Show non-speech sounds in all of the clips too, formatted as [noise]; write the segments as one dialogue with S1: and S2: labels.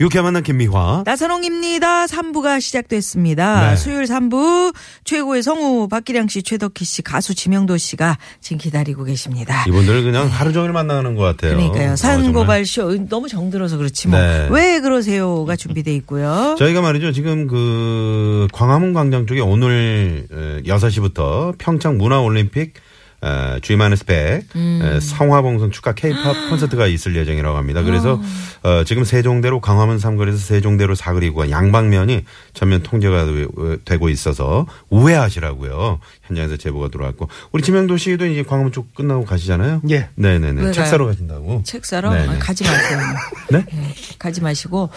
S1: 유쾌한 만남 김미화.
S2: 나선홍입니다. 3부가 시작됐습니다.
S1: 네.
S2: 수요일 3부 최고의 성우 박기량 씨, 최덕희 씨, 가수 지명도 씨가 지금 기다리고 계십니다.
S1: 이분들 그냥 하루 종일 만나는 것 같아요.
S2: 아. 그러니까요.
S1: 어,
S2: 사연
S1: 정말.
S2: 고발 쇼 너무 정들어서 그렇지 뭐.
S1: 네.
S2: 왜 그러세요가 준비돼 있고요.
S1: 저희가 말이죠. 지금 그 광화문 광장 쪽에 오늘 에, 6시부터 평창 문화올림픽 어, 주임하는 스펙
S2: 음.
S1: 에, 성화봉송 축하
S2: 아.
S1: 케이팝 콘서트가 있을 예정이라고 합니다. 그래서 어, 지금 세종대로 광화문 삼거리에서 세종대로 사거리구간 양방면이 전면 통제가 되- 되고 있어서 우회하시라고요. 현장에서 제보가 들어왔고 우리 지명도 씨도 이제 광화문 쪽 끝나고 가시잖아요.
S3: 예.
S1: 네네네.
S2: 왜
S1: 책
S2: 가요?
S1: 사러 가신다고.
S2: 책 사러
S1: 네네.
S2: 아, 가지 마세요.
S1: [laughs] 네?
S2: 가지 마시고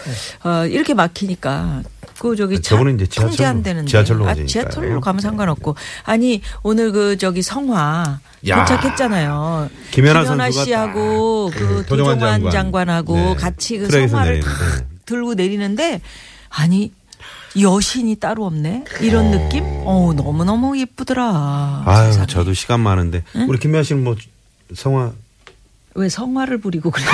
S2: 어, 이렇게 막히니까 그 저기 차
S1: 아, 저분은 이제 지하철로-
S2: 통제 안 되는데
S1: 지하철로
S2: 아,
S1: 가시니까요.
S2: 지하철로 가면 상관없고 아니 오늘 그 저기 성화
S1: 야.
S2: 도착했잖아요.
S1: 김연아 선수가
S2: 씨하고
S1: 딱
S2: 그
S1: 그 도정환
S2: 도정환
S1: 장관.
S2: 장관하고
S1: 네.
S2: 같이 그
S1: 트랙에서
S2: 성화를 다
S1: 내리는데. 네.
S2: 들고 내리는데 아니 여신이 따로 없네 이런
S1: 어.
S2: 느낌? 어 너무 너무 예쁘더라.
S1: 아유,
S2: 세상에.
S1: 저도 시간 많은데 우리 김미아 씨는 뭐 성화
S2: 왜 성화를 부리고 그래?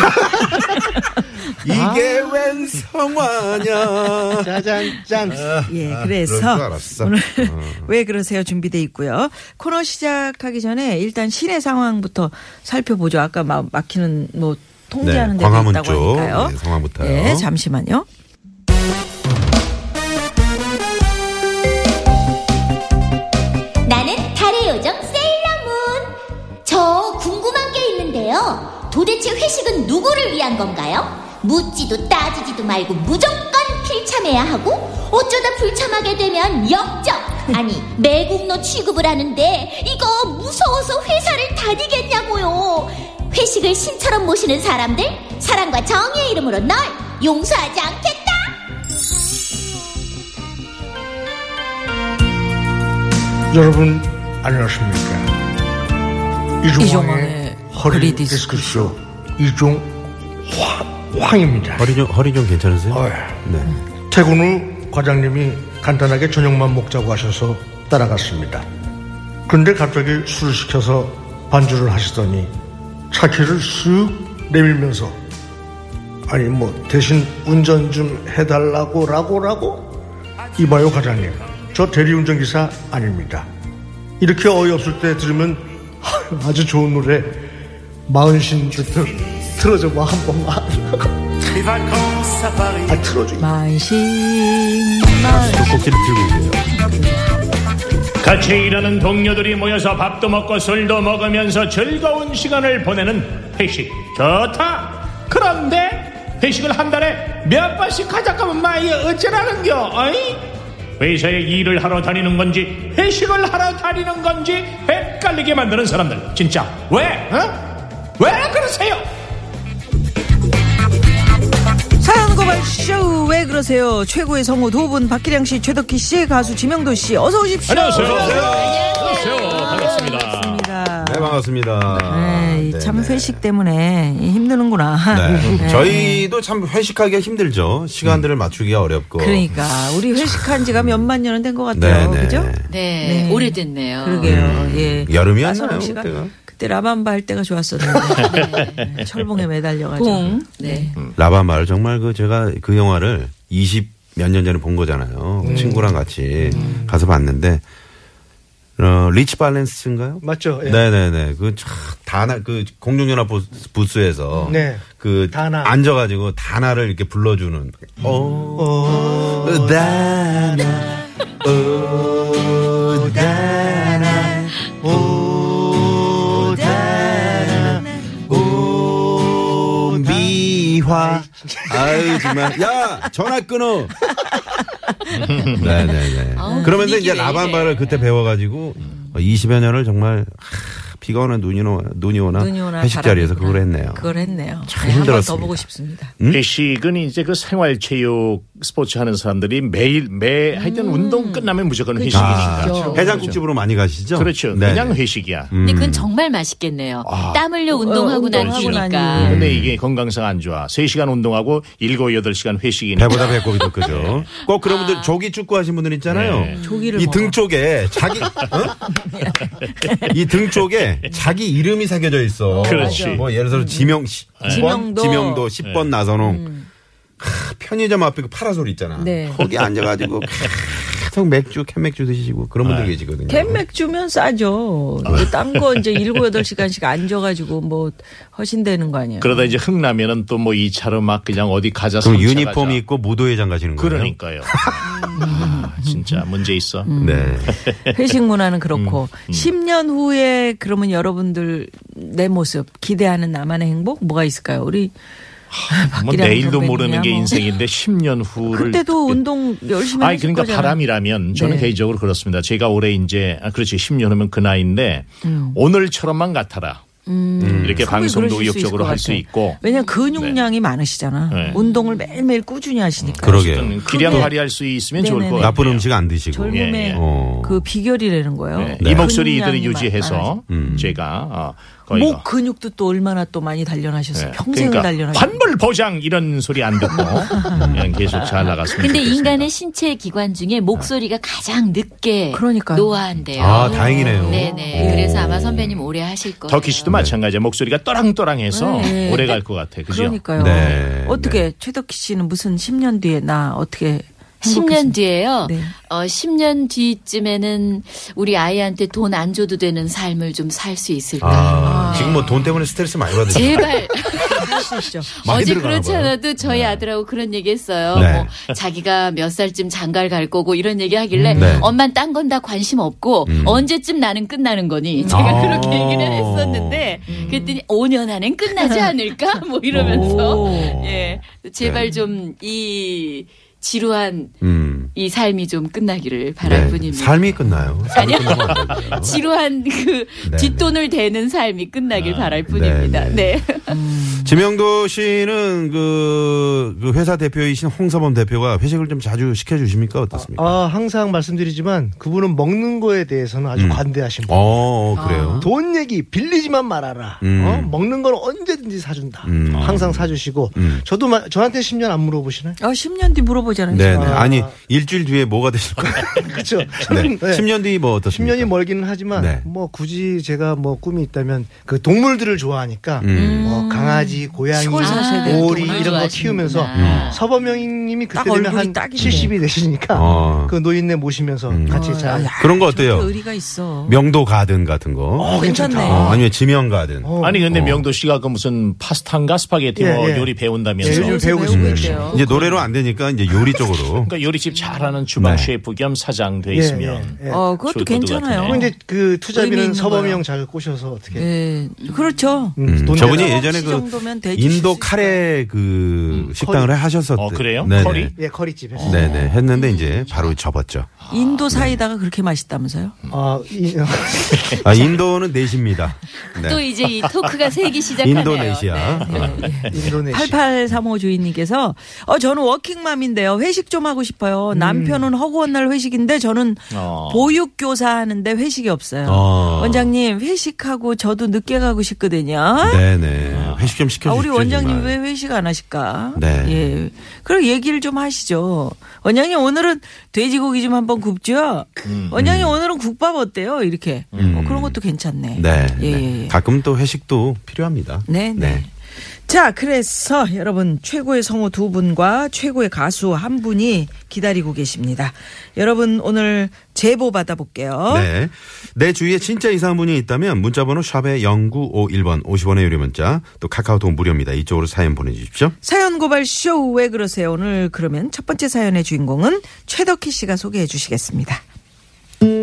S1: 이게
S2: 아.
S1: 웬
S2: [laughs]
S1: 성화냐? 아,
S3: 짜잔짠.
S2: 예,
S1: 그럴 줄
S2: 그래서
S1: 알았어.
S2: 오늘
S1: 어.
S2: [laughs] 왜 그러세요 준비돼 있고요. 코너 시작하기 전에 일단 시내 상황부터 살펴보죠. 아까 막 막히는 뭐 통제하는
S1: 네,
S2: 데도
S1: 광화문
S2: 있다고
S1: 쪽,
S2: 하니까요.
S1: 네, 상황부터요.
S2: 예, 잠시만요.
S4: 나는 달의 요정 세일러문. 저 궁금한 게 있는데요. 도대체 회식은 누구를 위한 건가요? 묻지도 따지지도 말고 무조건 필참해야 하고 어쩌다 불참하게 되면 역적 아니 매국노 취급을 하는데 이거 무서워서 회사를 다니겠냐고요. 회식을 신처럼 모시는 사람들 사랑과 정의의 이름으로 널 용서하지 않겠다.
S5: 여러분 안녕하십니까 이종황의
S2: 이종황의
S5: 허리
S2: 허리
S5: 디스크쇼 이종황입니다
S1: 허리 좀 허리 좀 괜찮으세요?
S5: 어휴.
S1: 네.
S5: 퇴근 후 과장님이 간단하게 저녁만 먹자고 하셔서 따라갔습니다 근데 갑자기 술을 시켜서 반주를 하시더니 차키를 쓱 내밀면서 아니 뭐 대신 운전 좀 해달라고 라고 라고 이봐요 과장님 저 대리운전기사 아닙니다 이렇게 어이없을 때 들으면 아주 좋은 노래 마흔신 주들 틀어줘봐 한 번만 아 틀어줘
S2: 만신
S1: 꼭지를 들고 계세요.
S6: 같이 일하는 동료들이 모여서 밥도 먹고 술도 먹으면서 즐거운 시간을 보내는 회식 좋다 그런데 회식을 한 달에 몇 번씩 가자카면 마이 어쩌라는겨 어이? 회사에 일을 하러 다니는 건지 회식을 하러 다니는 건지 헷갈리게 만드는 사람들 진짜 왜? 어? 왜 그러세요?
S2: 사연 고발 쇼왜 그러세요? 최고의 성우 두 분 박기량 씨, 최덕희 씨, 가수 지명도 씨 어서 오십시오.
S6: 안녕하세요 안녕하세요 반갑습니다
S2: 반갑습니다.
S1: 네, 반갑습니다.
S2: 에이, 참
S1: 네네.
S2: 회식 때문에 힘드는구나.
S1: 네.
S2: 네.
S1: 저희도 참 회식하기가 힘들죠. 시간들을 맞추기가 어렵고.
S2: 그러니까 우리 회식한 지가 몇만 년은 된 것 같아요.
S1: 네네. 음.
S2: 그죠?
S7: 네,
S2: 네.
S7: 오래됐네요.
S2: 그러게요. 예.
S1: 여름이었나요,
S2: 나선홍 씨가
S1: 그때가?
S2: 그때 라밤바 할
S1: [laughs]
S2: 때가 좋았었는데 네. 철봉에 매달려가지고.
S7: 봉. 네.
S1: 라바말 정말 그 제가 그 영화를 20 몇 년 전에 본 거잖아요. 친구랑 같이 가서 봤는데 어, 리치 발렌스인가요?
S5: 맞죠? 예.
S1: 네네네. 그, 촥 다나, 그, 공중연합 부- 부스에서.
S5: 네.
S1: 그,
S5: 다나.
S1: 앉아가지고 다나를 이렇게 불러주는. 오, 다나. 오, 다나. 오, 다나. 오, 미화. 아유, 정말. 야! 전화 끊어! 네네네.
S7: 아우,
S1: 네, 그러면서
S7: 분위기
S1: 이제
S2: 아,
S6: 네.
S7: 왜 이래.
S2: 네.
S1: 어, 라반바를 그때 배워가지고 20여 년을 정말 하, 비가 오나 눈이 오나, 눈이 오나,
S2: 눈이 오나
S1: 아, 회식
S2: 바람이
S1: 자리에서
S2: 있구나.
S1: 그걸 했네요.
S2: 그걸 했네요.
S1: 참
S2: 한번 더
S1: 힘들었습니다.
S2: 보고 싶습니다.
S6: 회식은 이제 그 생활체육 스포츠 하는 사람들이 매일 매 하여튼 운동 끝나면 무조건 회식이니까.
S2: 그렇죠.
S1: 아, 해장국집으로 많이 가시죠?
S6: 그렇죠.
S1: 네.
S6: 그냥 회식이야.
S4: 근데 그건 정말 맛있겠네요. 땀 흘려
S2: 어,
S4: 운동하고
S2: 운동하고
S4: 나니까.
S2: 나니.
S1: 음.
S6: 근데 이게 건강상 안 좋아. 3시간 운동하고 7, 8시간 회식이니까.
S1: 배보다 배꼽이 더
S2: [laughs]
S1: 크죠.
S2: 네.
S1: 꼭 그런
S2: 아.
S1: 분들 조기 축구 하신 분들 있잖아요.
S6: 네.
S2: 조기를
S1: 이
S2: 먹어.
S1: 등 쪽에
S4: [laughs]
S1: 자기 어? 이 등 쪽에 자기 이름이 새겨져 있어.
S6: 그렇지.
S1: 뭐 예를 들어 지명 시-
S2: 지명도.
S1: 지명도 10번
S6: 네.
S1: 나선홍.
S4: 음.
S1: 크, 편의점 앞에 그 파라솔 있잖아.
S2: 네.
S1: 거기 앉아가지고 계속 맥주 캔맥주 드시고 그런
S6: 아.
S1: 분들 계시거든요.
S2: 캔맥 주면 싸죠.
S1: 아,
S2: 딴 거 이제 일곱 여덟 시간씩 앉아가지고 뭐 허신되는 거 아니에요.
S6: 그러다 이제 흥나면은 또 뭐 이차로막 그냥 어디 가자.
S1: 그럼
S6: 삼차
S1: 유니폼
S6: 가자.
S1: 입고 무도회장 가시는 거예요? [laughs]
S6: 그러니까요. 아, 진짜 문제 있어.
S2: 음.
S6: 음.
S1: 네.
S2: 회식 문화는 그렇고
S1: 음,
S2: 10년 후에 그러면 여러분들 내 모습 기대하는 나만의 행복 뭐가 있을까요? 우리
S6: 뭐
S2: 박기량
S6: 내일도
S2: 선배님이야,
S6: 모르는 게
S2: 뭐.
S6: 인생인데 10년 후를
S2: 그때도 운동 열심히
S6: 아니
S2: 하실
S6: 그러니까
S2: 거잖아요.
S6: 바람이라면 저는
S2: 네.
S6: 개인적으로 그렇습니다. 제가 올해 이제 아, 그렇지 10년 후면 그 나이인데 오늘처럼만 같아라. 이렇게
S2: 충분히
S6: 방송도
S2: 음. 그러실 수 있을
S6: 의욕적으로
S2: 것
S6: 할 수
S2: 같아요.
S6: 있고
S2: 왜냐면 근육량이 많으시잖아.
S6: 네.
S2: 운동을 매일매일 꾸준히 하시니까.
S1: 그러게요.
S6: 기량 발휘할 수 있으면 좋을 것
S2: 네네네.
S6: 같아요.
S1: 나쁜 음식 안 드시고.
S2: 젊음의
S6: 예, 예.
S1: 어.
S2: 그 비결이라는 거예요.
S6: 네. 이 목소리 이대로
S2: 근육량이 많아지-
S6: 유지해서 제가 어, 거의
S2: 음. 목 근육도 또 얼마나 또 많이 단련하셨어요.
S6: 네.
S2: 평생을 음.
S6: 그러니까
S2: 단련하셨어요.
S6: 환불 보장 이런 소리 안 듣고 그냥 계속 잘 나갔으면
S4: 근데
S6: 좋겠습니다.
S4: 인간의 신체 기관 중에 목소리가 가장 늦게
S2: 그러니까요.
S4: 노화한대요.
S1: 아, 다행이네요.
S4: 네네.
S1: 오.
S4: 그래서 아마 선배님 오래 하실 거예요.
S6: 더키
S5: 네.
S6: 씨도 마찬가지야. 목소리가 또랑또랑해서
S2: 네.
S6: 오래 갈 것 같아. 그죠?
S2: 그러니까요.
S1: 네,
S2: 어떻게 최덕희 씨는 무슨 10년 뒤에 나 어떻게
S4: 10년
S2: 행복했습니까?
S4: 뒤에요.
S2: 네.
S4: 어, 10년 뒤쯤에는 우리 아이한테 돈 안 줘도 되는 삶을 좀 살 수 있을까.
S1: 아, 지금 뭐 돈 때문에 스트레스 많이 받으시죠?
S4: 제발
S2: 하시죠.
S1: 많이
S4: 어제
S1: 아, 들어가나
S4: 그렇지
S1: 봐요.
S4: 않아도 저희 아들하고 그런 얘기했어요.
S1: 네.
S4: 뭐 자기가 몇 살쯤 장가를 갈 거고 이런 얘기하길래
S1: 네. 음.
S4: 엄만 딴 건 다 관심 없고 언제쯤 나는 끝나는 거니 제가
S1: 아. 음.
S4: 그렇게 얘기를 했었는데 그랬더니 5년 안엔
S1: [laughs]
S4: 끝나지 않을까 뭐 이러면서
S1: 오. 네.
S4: 예 제발 좀 이 지루한
S1: 음.
S4: 이 삶이 좀 끝나기를 바랄
S1: 네.
S4: 뿐입니다.
S1: 삶이 끝나요. 삶이 끝나면 안 되죠.
S4: 지루한 그
S1: 네. 아,
S4: 뒷돈을 대는 삶이 끝나길 바랄 뿐입니다.
S1: 네.
S4: 네.
S1: 지명도 씨는 그, 그 회사 대표이신 홍서범 대표가 회식을 좀 자주 시켜주십니까? 어떻습니까?
S5: 아, 항상 말씀드리지만 그분은 먹는 거에 대해서는 아주
S1: 음.
S5: 관대하신 분.
S1: 어, 그래요.
S5: 돈 얘기 빌리지만 말아라.
S1: 음.
S5: 어? 먹는 건 언제든지 사준다.
S1: 음.
S5: 항상 사주시고.
S1: 음.
S5: 저도 마- 저한테 10년 안
S1: [laughs]
S5: 물어보시나요?
S2: 어, 10년 뒤 물어보잖아요.
S1: 네네.
S5: 아.
S1: 아니, 일주일 뒤에 뭐가 되실까요?
S6: [laughs]
S5: 그렇죠.
S1: 네. 10년 뒤 뭐 어떻습니까?
S5: 10년이 멀기는 하지만
S1: 네.
S5: 뭐 굳이 제가 뭐 꿈이 있다면 그 동물들을 좋아하니까
S1: 음.
S5: 뭐 강아지, 고양이,
S2: 시골 사세요.
S5: 오리
S4: 동물
S5: 이런 거
S4: 좋아하시는구나.
S5: 키우면서
S4: 음.
S5: 서범영님이 그때
S2: 딱
S5: 되면
S2: 얼굴이
S5: 한
S2: 딱이네.
S5: 70이 되시니까
S1: 어.
S5: 그 노인네 모시면서
S1: 음.
S5: 같이 잘
S2: 어, 아, 야,
S1: 그런 거 어때요?
S2: 저렇게 의리가 있어.
S1: 명도 가든 같은 거.
S2: 괜찮네.
S1: 어, 네. 아니면 지명 가든.
S5: 어.
S6: 아니 근데 명도 씨가 그 무슨 파스타인가 스파게티
S5: 예,
S6: 뭐
S5: 예.
S6: 요리 배운다면서.
S5: 예, 요즘 배우고 있어요.
S2: 있대요.
S1: 음. 이제 노래로 안 되니까 이제 요리 쪽으로.
S6: 그러니까 요리집 잘하는 주방
S1: 네.
S6: 셰프 겸 사장 돼
S5: 예,
S6: 있으면
S5: 예, 예.
S2: 어, 그것도
S6: 좋을 것도 같네.
S2: 괜찮아요.
S5: 그럼 이제 그
S2: 의미 있는
S5: 투자비는 서범이
S2: 거예요.
S5: 형 잘 꼬셔서 어떻게
S2: 예. 그렇죠.
S5: 음,
S1: 음,
S5: 돈
S1: 저분이
S5: 내놔.
S1: 예전에
S2: 혹시
S1: 그
S2: 정도면 돼주실
S1: 인도
S2: 수
S1: 카레 그 식당을 하셨었대.
S6: 음, 어, 그래요?
S1: 네네.
S6: 커리?
S5: 예 커리집에서
S1: 네네. 했는데 이제 바로 접었죠.
S2: 아, 인도
S1: 네.
S2: 사이다가 그렇게 맛있다면서요?
S5: 아, 이-
S2: [laughs]
S1: 아, 인도는 내십니다.
S4: 또
S1: 네.
S4: 이제 이 토크가 새기 시작하네요.
S1: 인도네시아.
S4: 네.
S5: 인도네시아
S2: 8835 주인님께서 어 저는 워킹맘인데요. 회식 좀 하고 싶어요.
S1: 음.
S2: 남편은 허구한 날 회식인데 저는
S5: 예.
S6: 어.
S2: 보육 교사 하는데 회식이 없어요.
S1: 어.
S2: 원장님 회식하고 저도 늦게 가고 싶거든요.
S1: 네네. 회식 좀
S2: 아,
S1: 시켜주십시오.
S2: 우리 원장님
S1: 정말.
S2: 왜 회식 안 하실까?
S1: 네.
S2: 예. 그럼 얘기를 좀 하시죠. 원장님 오늘은 돼지고기 좀 한번 굽죠.
S1: 음,
S2: 원장님 오늘은 국밥 어때요? 이렇게. 어, 그런 것도 괜찮네.
S1: 네,
S2: 예,
S1: 네.
S2: 예, 예.
S1: 가끔 또 회식도 필요합니다.
S2: 네, 네. 자, 그래서 여러분 최고의 성우 두 분과 최고의 가수 한 분이 기다리고 계십니다. 여러분 오늘 제보 받아볼게요.
S1: 네. 내 주위에 진짜 이상한 분이 있다면 문자번호 샵에 0951번 50원의 유료 문자 또 카카오톡 무료입니다. 이쪽으로 사연 보내주십시오.
S2: 사연 고발 쇼 왜 그러세요? 오늘 그러면 첫 번째 사연의 주인공은 최덕희 씨가 소개해 주시겠습니다.
S4: 네.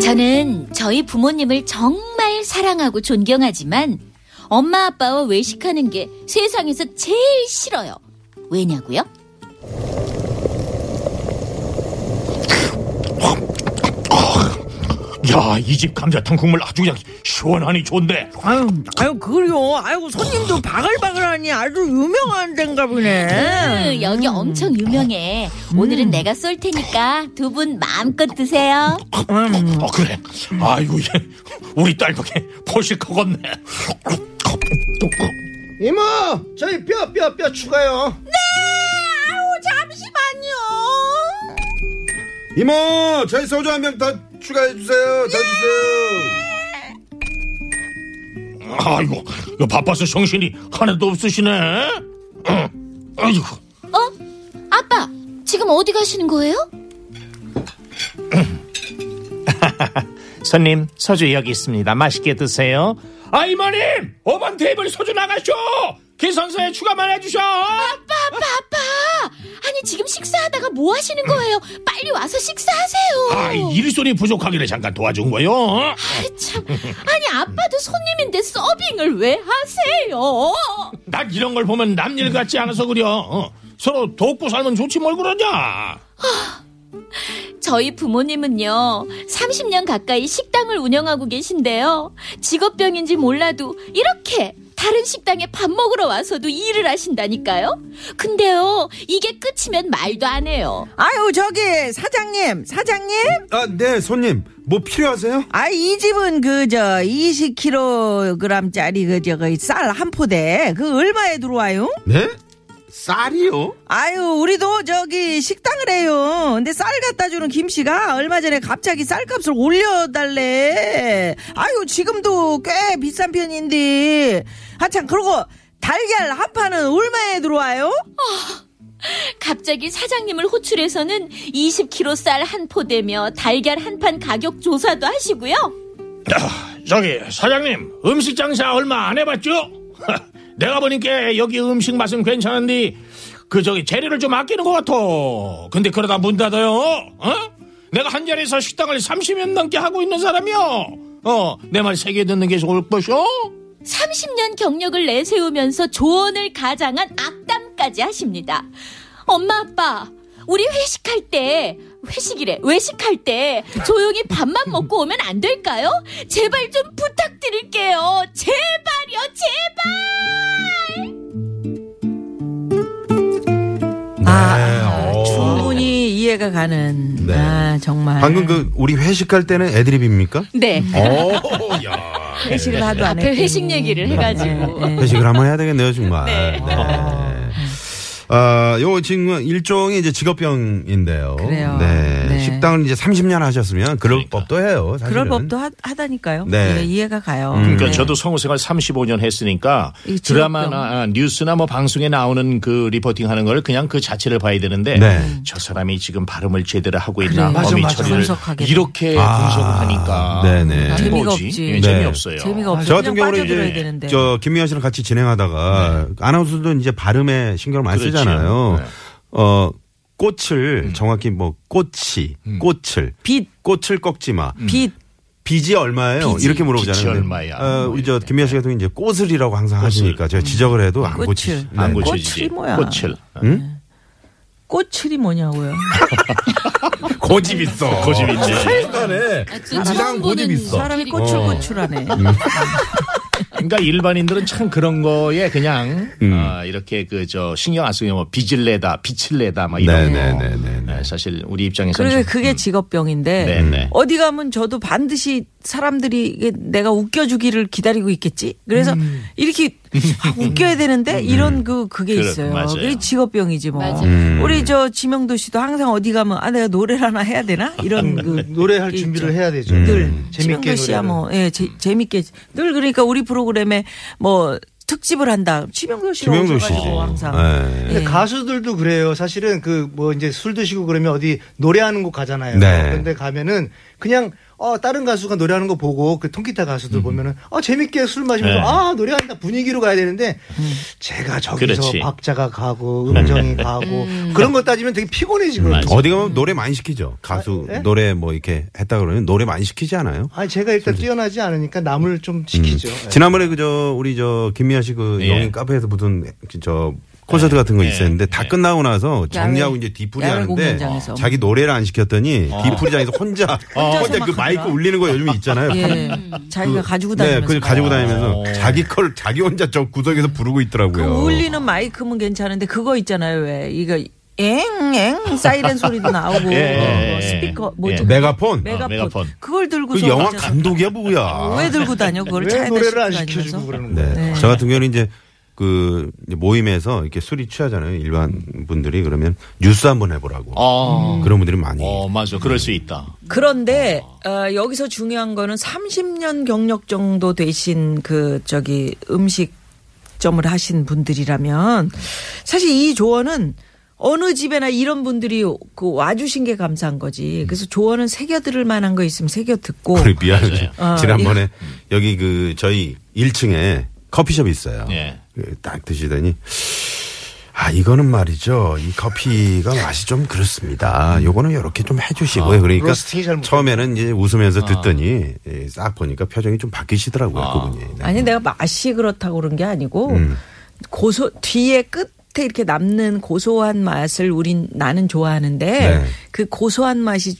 S8: 저는 저희 부모님을 정말 사랑하고 존경하지만 엄마 아빠와 외식하는 게 세상에서 제일 싫어요. 왜냐고요?
S9: 야, 이 집 감자탕 국물 아주 그냥 시원하니 좋은데.
S2: 아유, 아유 그래요. 아이고 손님도 바글바글하니 아주 유명한 데인가 보네.
S4: 음.
S8: 응, 여기 엄청 유명해. 오늘은 내가 쏠 테니까 두 분 마음껏 드세요.
S9: 어, 그래. 아이고, 얘, 우리 딸밖에 포식하고 없네.
S5: 이모, 저희 뼈, 뼈, 뼈 추가요.
S1: 이모, 저희 소주 한 병 더 추가해 주세요. 더 주세요.
S9: 아이고, 이거 바빠서 정신이 하나도 없으시네. 어, 아이고,
S4: 어? 아빠, 지금 어디 가시는 거예요?
S6: 손님 소주 여기 있습니다. 맛있게 드세요.
S9: 아, 이모님! 5번 테이블 소주 나가쇼! 기선서에 추가만 해주셔!
S4: 아빠, 아빠. 아니, 지금 식사하다가 뭐 하시는 거예요? 빨리 와서 식사하세요.
S9: 아, 일손이 부족하길래 잠깐 도와준 거요. 어?
S4: 아이, 참. 아니, 아빠도 손님인데 서빙을 왜 하세요?
S9: 난 이런 걸 보면 남일 같지 않아서 그려. 어, 서로 돕고 살면 좋지 뭘 그러냐.
S4: 저희 부모님은요, 30년 가까이 식당을 운영하고 계신데요. 직업병인지 몰라도 이렇게 다른 식당에 밥 먹으러 와서도 일을 하신다니까요? 근데요, 이게 끝이면 말도 안 해요.
S2: 아유 저기 사장님, 사장님.
S1: 아, 네, 손님. 뭐 필요하세요?
S2: 아 이 집은 그저 20kg짜리 그저 쌀 한 포대 그 얼마에 들어와요?
S1: 네? 쌀이요?
S2: 아유 우리도 저기 식당을 해요 근데 쌀 갖다 주는 김씨가 얼마 전에 갑자기 쌀값을 올려달래 아유 지금도 꽤 비싼 편인데 하참 그러고 달걀 한 판은 얼마에 들어와요?
S4: 갑자기 사장님을 호출해서는 20kg 쌀 한 포대며 달걀 한 판 가격 조사도 하시고요.
S9: 아, 저기 사장님 음식 장사 얼마 안 해봤죠? [laughs] 내가 보니까 여기 음식 맛은 괜찮은데 그 저기 재료를 좀 아끼는 것 같아. 근데 그러다 문 닫아요. 어? 내가 한 자리에서 식당을 30년 넘게 하고 있는 사람이요. 어, 내 말 세게 듣는 게 좋을 것이오.
S4: 30년 경력을 내세우면서 조언을 가장한 악담까지 하십니다. 엄마, 아빠, 우리 회식할 때, 회식이래, 외식할 때 조용히 밥만 먹고 오면 안 될까요? 제발 좀 부탁드릴게요. 제발요, 제발!
S2: 아,
S1: 어.
S2: 충분히 이해가 가는
S1: 네.
S2: 아 정말
S1: 방금 그 우리 회식할 때는 애드립입니까?
S4: 네.
S1: 음. 오, 야.
S2: 회식을 하도
S1: 어,
S2: 안
S4: 앞에
S2: 했더니.
S1: 음.
S4: 회식 얘기를 해가지고.
S2: 네, 네.
S1: 그 회식을 한번 해야 되겠네요,
S2: [laughs]
S1: 정말.
S4: 네.
S1: 아, 요 지금 일종의 이제 직업병인데요.
S2: 그래요.
S1: 네.
S2: 네.
S1: 식당을 이제 30년 하셨으면 그럴
S6: 그러니까.
S1: 법도 해요. 사실은.
S2: 그럴 법도 하, 다니까요
S1: 네.
S2: 이해가 가요
S6: 그러니까
S2: 네.
S6: 저도 성우생활 35년 했으니까
S2: 이 직업병.
S6: 드라마나 아, 뉴스나 뭐 방송에 나오는 그 리포팅하는 걸 그냥 그 자체를 봐야 되는데
S1: 네.
S6: 저 사람이 지금 발음을 제대로 하고 있나
S2: 그래요. 맞아,
S6: 어미
S2: 맞아.
S6: 처리를
S2: 분석하게
S6: 이렇게
S1: 아,
S6: 분석을 하니까
S1: 네네.
S2: 재미가
S6: 뭐지?
S2: 없지.
S6: 예,
S2: 네.
S6: 재미없어요.
S2: 재미가 없어
S1: 저 같은
S2: 그냥
S1: 경우는
S2: 빠져들어야
S1: 이제
S2: 되는데
S1: 저 김미연 씨랑 같이 진행하다가 아나운서도 이제 발음에 신경을 많이
S6: 네. 그렇죠.
S1: 쓰잖아요.
S6: 네. 음.
S1: 어 꽃을 정확히 뭐 꽃이 꽃을
S2: 빛,
S1: 꽃을 꺾지 마.
S2: 빛
S1: 빚이 얼마예요?
S6: 빚이,
S1: 이렇게 물어보잖아요.
S6: 음. 빚이
S1: 근데,
S6: 얼마야?
S1: 어,
S6: 뭐
S1: 우리 저 김미연 씨 같은 경우 이제 꽃을이라고 항상 하시니까 제가 지적을 해도 안 네.
S2: 꽃을.
S1: 고치.
S6: 안
S2: 네. 꽃이
S6: 고쳐지지.
S2: 뭐야.
S6: 꽃을.
S2: 꽃이 뭐냐고요
S1: 고집 있어.
S6: 고집이 있지.
S1: 순간에 이상한 고집 있어.
S2: 사람이 꼬출꼬출하네.
S6: 그러니까 일반인들은 참 그런 거에 그냥
S2: 음.
S6: 아, 이렇게 그 저 신경 안 쓰고 뭐 빚을 내다, 빛을 내다 막 이런 거.
S1: 네네네네.
S6: 네, 사실 우리 입장에서는
S2: 그러니까
S6: 좀-
S2: 그게 직업병인데
S6: 네네.
S2: 어디 가면 저도 반드시 사람들이 이게 내가 웃겨주기를 기다리고 있겠지. 그래서 이렇게 막 웃겨야 되는데 이런 그 그게
S6: 그래,
S2: 있어요.
S6: 맞아요.
S2: 그게 직업병이지 뭐.
S4: 맞아요.
S2: 우리 저 지명도 씨도 항상 어디 가면 아 내가 노래를 하나 해야 되나 이런 그
S5: 노래할
S2: 게
S5: 준비를
S2: 있죠.
S5: 해야 되죠.
S2: 늘
S5: 음. 재밌게
S2: 지명도 씨야
S5: 노래하는.
S2: 뭐 예, 재- 재밌게 늘 그러니까 우리 프로그램에 뭐 특집을 한다. 지명도 씨가
S1: 김영도 씨.
S2: 오셔가지고 항상
S1: 네.
S5: 근데
S2: 예.
S5: 가수들도 그래요. 사실은 그 뭐 이제 술 드시고 그러면 어디 노래하는 곳 가잖아요.
S1: 네.
S5: 근데 가면은 그냥 어 다른 가수가 노래하는 거 보고 그 통기타 가수들 보면은 어 재밌게 술 마시면서
S6: 음. 네.
S5: 아 노래한다 분위기로 가야 되는데 제가 저기서
S6: 그렇지. 네.
S5: 박자가 가고 음정이 가고 그런 거 따지면 되게 피곤해지거든요.
S1: 어디 가면 노래 많이 시키죠. 가수
S5: 아, 예?
S1: 노래 뭐 이렇게 했다 그러면 노래 많이 시키지 않아요?
S5: 아 제가
S6: 음.
S5: 일단 뛰어나지 않으니까 남을 좀 시키죠. 예.
S1: 그 지난번에 그저 우리 저 김미아 씨그
S6: 예.
S1: 영인 카페에서 붙은 저 콘서트 같은 거 있었는데 다 끝나고 나서 정리하고 이제 뒤풀이
S2: 야외
S1: 하는데
S2: 공연장에서.
S1: 자기 노래를 안 시켰더니 뒤풀이장에서 혼자 혼자 그 마이크 울리는 거 요즘 있잖아요.
S2: 예. 자기가 가지고 다니면서
S1: 네, 그걸 가지고 다니면서 자기 걸 자기 혼자 저 구석에서 부르고
S2: 그
S1: 있더라고요.
S2: 울리는 마이크면 괜찮은데 그거 있잖아요 왜 이거 엥엥 사이렌 소리도 나오고
S6: 예,
S2: 뭐
S6: 예,
S2: 스피커
S6: 예.
S2: 뭐좀
S1: 메가폰.
S2: 메가폰. 어.
S6: 메가폰.
S2: 그걸 들고
S1: 그 영화 감독이야 뭐야.
S2: 왜 들고 다녀 그걸
S5: 왜
S2: 차에다
S5: 노래를 안
S2: 싣고
S5: 시켜주고
S2: 다니면서?
S5: 그러는 거야?
S1: 네. 저 같은 경우는 이제 그 이제 모임에서 이렇게 술이 취하잖아요. 일반 분들이 그러면 뉴스 한번 해보라고
S6: 어,
S1: 그런 분들이 많이. 네.
S6: 어, 맞아. 그럴 수 있다.
S2: 그런데 어, 여기서 중요한 거는 30년 경력 정도 되신 그 저기 음식점을 하신 분들이라면 사실 이 조언은 어느 집에나 이런 분들이 그 와주신 게 감사한 거지. 그래서 조언은 새겨 들을 만한 거 있으면 새겨 듣고
S1: 우리 미안해.
S2: 맞아요.
S1: 지난번에 여기 그 저희 1층에 커피숍이 있어요.
S6: 예.
S1: 그딱 드시더니 아 이거는 말이죠. 이 커피가 맛이 좀 그렇습니다. 요거는 이렇게 좀 해주시고요. 그러니까
S5: 로스팅이 잘못됐다.
S1: 처음에는 이제 웃으면서 듣더니 예, 싹 보니까 표정이 좀 바뀌시더라고요. 그분이. 네. 음.
S2: 아니 내가 맛이 그렇다고 그런 게 아니고 고소 뒤에 끝에 이렇게 남는 고소한 맛을 우린 나는 좋아하는데
S1: 네.
S2: 그 고소한 맛이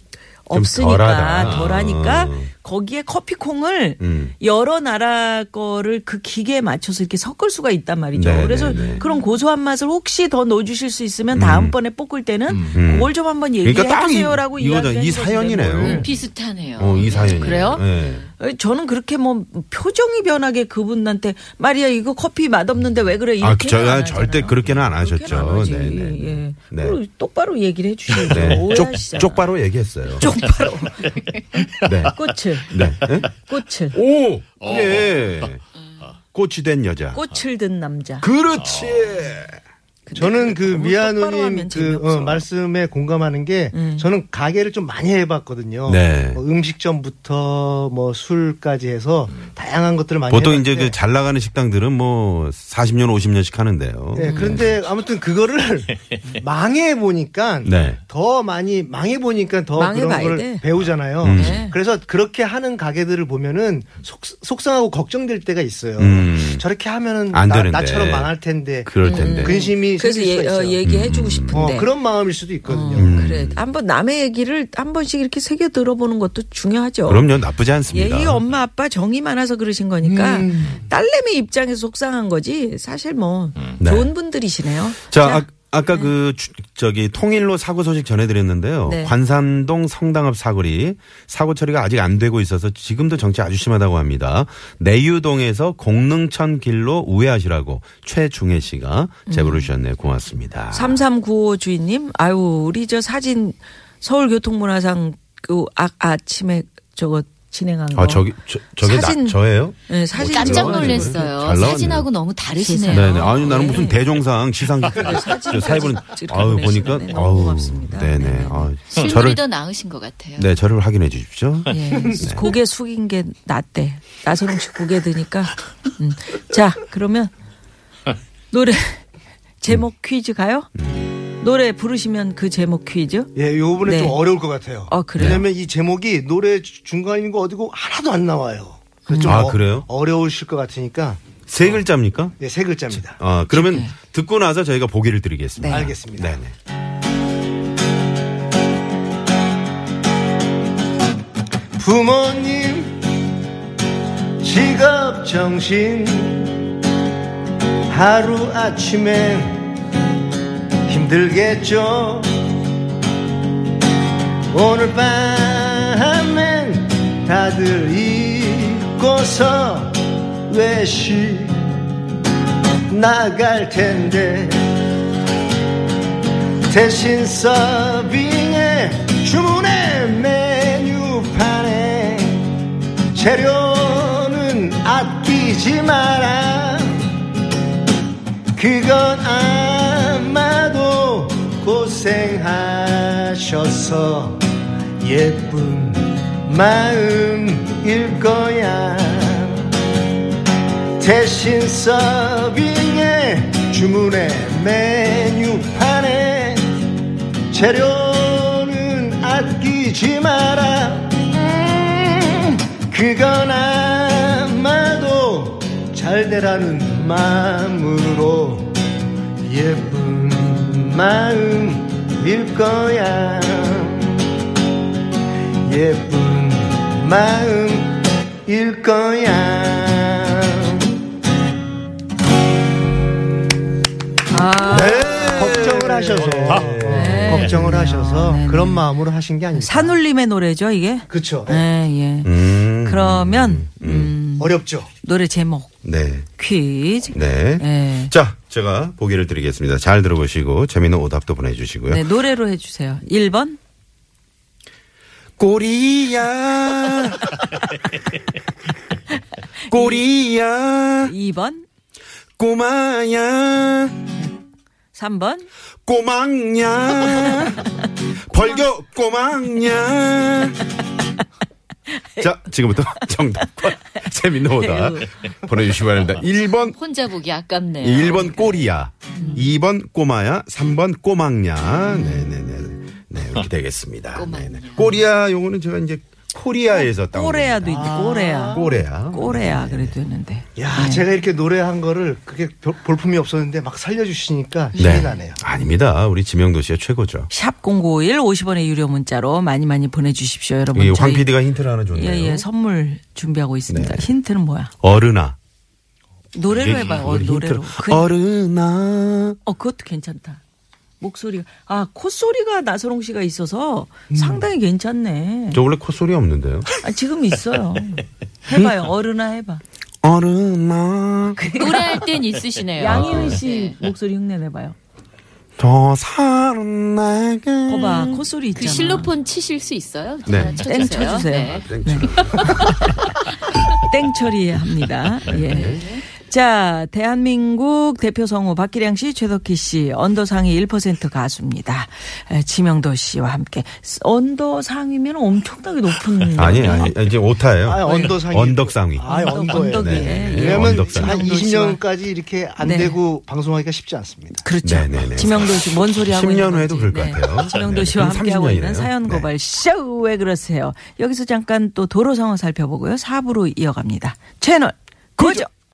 S2: 없으니까
S1: 덜하다.
S2: 덜하니까
S1: 어.
S2: 거기에 커피콩을
S1: 음.
S2: 여러 나라 거를 그 기계에 맞춰서 이렇게 섞을 수가 있단 말이죠.
S1: 네,
S2: 그래서
S1: 네, 네.
S2: 그런 고소한 맛을 혹시 더 넣어주실 수 있으면 다음번에 볶을 때는 그걸 좀 한번 얘기해
S1: 그러니까 딱 이-
S2: 주세요라고
S1: 이거죠. 이
S2: 이야기하는 거지,
S1: 사연이네요.
S2: 뭐.
S1: 음.
S4: 비슷하네요.
S1: 어, 이 사연이.
S4: 그래요?
S1: 예.
S2: 어, 저는 그렇게 뭐 표정이 변하게 그분한테 말이야 이거 커피 맛없는데 왜 그래
S1: 아,
S2: 이렇게
S1: 그, 저, 절대 그렇게는 안 하셨죠.
S2: 네,
S1: 네, 네, 네.
S2: 예.
S1: 네.
S2: 그리고 똑바로 얘기를 해주셔야죠.
S1: 네. 쪽,
S2: 오해하시잖아.
S1: 쪽바로 얘기했어요.
S2: 쪽바로
S1: 네.
S2: 꽃을
S1: 네. 네.
S2: 꽃을
S1: 오! 그래. 꽃이 된 여자.
S2: 꽃을 든 남자.
S1: 그렇지.
S5: 저는 그
S2: 너무 네, 똑바로 하면
S5: 미아노님 그
S2: 재미없어. 음.
S5: 어, 말씀에 공감하는 게 저는 가게를 좀 많이 해봤거든요.
S1: 네.
S5: 뭐 음식점부터 뭐 술까지 해서
S2: 음.
S5: 다양한 것들을 많이
S1: 보통
S5: 해봤는데
S1: 이제 그 잘 나가는 식당들은 뭐 40년, 50년씩 하는데요.
S2: 음.
S5: 네, 그런데
S2: [laughs]
S5: 아무튼 그거를 망해 보니까
S1: 네.
S5: 더 많이 망해 보니까 더 그런
S2: 망해봐야
S5: 걸
S2: 돼.
S5: 배우잖아요.
S1: 음.
S2: 네.
S5: 그래서 그렇게 하는 가게들을 보면은 속, 속상하고 걱정될 때가 있어요.
S1: 음.
S5: 저렇게 하면은
S1: 안
S5: 나,
S1: 되는데.
S5: 나처럼 망할 텐데
S1: 그럴 텐데.
S5: 근심이
S2: 음. 그래서 예,
S5: 생길 수가
S2: 얘,
S5: 있어요.
S2: 기해주고
S1: 음.
S2: 싶은데.
S5: 어, 그런 마음일 수도 있거든요.
S2: 어, 그래. 한번 남의 얘기를 한 번씩 이렇게 새겨 들어보는 것도 중요하죠.
S1: 그럼요. 나쁘지
S2: 예,
S1: 않습니다.
S2: 이 엄마 아빠 정이 많아서 그러신 거니까
S5: 음.
S2: 딸내미 입장에서 속상한 거지 사실 뭐
S1: 네.
S2: 좋은 분들이시네요.
S1: 자, 아, 까그 주- 저기 통일로 사고 소식 전해드렸는데요.
S2: 네.
S1: 관삼동 성당 앞 사거리 사고 처리가 아직 안 되고 있어서 지금도 정체 아주 심하다고 합니다. 내유동에서 공릉천 길로 우회하시라고 최중혜 씨가 제보를 주셨네요. 고맙습니다.
S2: 3395 주인님, 아유, 우리 저 사진 서울교통문화상 그 아, 아침에 저거 진행한 거.
S1: 아 저기 저, 저게
S2: 사진-
S1: 나, 저예요?
S2: 네, 사진
S4: 깜짝
S2: 저거.
S4: 놀랐어요.
S1: 잘 나왔네요.
S4: 사진하고 너무 다르시네요.
S1: 네네. 아니 나는 무슨 대종상 시상 저 사회분
S2: 이렇게
S1: 아유 보니까
S2: 보내시는데 너무
S1: 아우
S2: 고맙습니다.
S1: 네네. 아,
S4: 실물이
S1: 저를
S4: 더 나으신 것 같아요.
S1: 네 저를 확인해 주십시오. [laughs]
S2: 예, 고개 숙인 게 낫대. 나선홍 씨 고개 드니까. 음. 자, 그러면 노래 제목 퀴즈 가요? 노래 부르시면 그 제목 퀴즈?
S5: 예, 요번에
S2: 네.
S5: 좀 어려울 것 같아요.
S2: 어, 그래요?
S5: 왜냐면 이 제목이 노래 주- 중간인 거 어디고 하나도 안 나와요.
S2: 음.
S5: 그래서 좀
S1: 아,
S5: 어,
S1: 그래요?
S5: 어려우실 것 같으니까
S1: 세 글자입니까?
S5: 예, 세 글자입니다.
S1: 아 그러면 듣고 나서 저희가 보기를 드리겠습니다.
S5: 네. 알겠습니다.
S1: 네네.
S5: 부모님 지갑 정신 하루 아침에 힘들겠죠 오늘 밤엔 다들 잊고서 외식 나갈 텐데 대신 서빙에 주문해 메뉴판에 재료는 아끼지 마라 그건 아마도 고생하셔서 예쁜 마음일 거야 대신 서빙에 주문해 메뉴판에 재료는 아끼지 마라 음, 그건 아마도 잘 되라는 마음으로 예쁜 마음일 거야 예쁜 마음일 거야 아, 걱정을 하셔서 어, 네. 걱정을 하셔서 그런 마음으로 하신 게 아니에요.
S2: 산울림의 노래죠 이게?
S5: 그렇죠.
S2: 예.
S1: 음.
S2: 그러면 음,
S5: 어렵죠.
S2: 노래 제목
S1: 네.
S2: 퀴즈.
S1: 네.
S2: 네.
S1: 자, 제가 보기를 드리겠습니다. 잘 들어보시고 재미있는 오답도 보내주시고요.
S2: 네, 노래로 해주세요. 1번
S10: 꼬리야. 꼬리야.
S2: 2번
S10: 꼬마야.
S2: 3번
S1: 꼬망냐. 벌교 꼬망냐. 자, 지금부터 [laughs] 정답과 재미있는 오답 보내주시기 바랍니다. 1번
S11: 혼자 보기 아깝네요.
S2: 예,
S1: 1번 꼬리야,
S2: 음.
S1: 2번 꼬마야, 3번 꼬막냐. 네네네. 네, 이렇게
S2: 음.
S1: 되겠습니다. 네네. 꼬리야, 요거는 제가 이제 코리아에서 따온.
S2: 꼬레야도 있지. 꼬레야.
S1: 꼬레야.
S2: 꼬레야 그래도 했는데.
S5: 야, 제가 이렇게 노래한 거를 그게 볼품이 없었는데 막 살려주시니까 힘이
S1: 네.
S5: 나네요.
S1: 아닙니다. 우리 지명도 씨의 최고죠.
S2: 샵 0951, 50원의 유료 문자로 많이 많이 보내주십시오, 여러분.
S1: 이 황
S2: 저희-
S1: PD가 힌트를 하나 줬네요. 네.
S2: 예, 예, 선물 준비하고 있습니다. 힌트는 뭐야?
S1: 어른아.
S2: 노래로
S1: 이게
S2: 해봐요, 어,
S1: 우리
S2: 노래로.
S1: 힌트를-
S2: 그-
S1: 어른아.
S2: 어, 그것도 괜찮다. 목소리가, 아, 콧소리가 나서롱 씨가 있어서
S1: 음.
S2: 상당히 괜찮네.
S1: 저 원래 콧소리 없는데요.
S2: 아,
S1: [laughs]
S2: 지금 있어요. 해봐요, 어른아 해봐.
S1: 어른아. 그
S11: 노래할 땐 있으시네요.
S1: 아,
S2: 양희은 씨 목소리 흉내내봐요.
S1: 저 사는 내게.
S2: 거봐, 콧소리
S11: 그
S2: 있잖아.
S11: 실로폰 치실 수 있어요?
S1: 네.
S11: 하나
S2: 땡 쳐주세요. 네.
S11: 네.
S2: [laughs] 땡 처리합니다.
S1: 네.
S2: 예. 자, 대한민국 대표 성우 박기량 씨, 최덕희 씨, 언더 상위 1% 가수입니다. 에, 지명도 씨와 함께 언더 상위면 엄청나게 높은
S1: 아니, 아니, 이제 오타예요.
S5: 아, 언더상위.
S1: 네. 언덕상위.
S5: 아, 언더예요.
S2: 언덕 위에.
S1: 네.
S2: 예.
S5: 왜냐면
S1: 언덕상.
S5: 한
S2: 씨와.
S5: 20년까지 이렇게 안
S2: 네.
S5: 되고 방송하기가 쉽지 않습니다.
S2: 그렇죠.
S1: 네네네.
S2: 지명도 씨, 뭔 소리 하고
S1: 10년
S2: 있는
S1: 후에도 그럴
S2: 건지.
S1: 것 같아요.
S2: 지명도
S1: 네,
S2: 씨와
S1: 그럼
S2: 함께하고
S1: 30년이네요.
S2: 있는 사연
S1: 네.
S2: 고발 쇼! 왜 그러세요? 여기서 잠깐 또 도로 상황 살펴보고요. 4부로 이어갑니다. 채널 고정!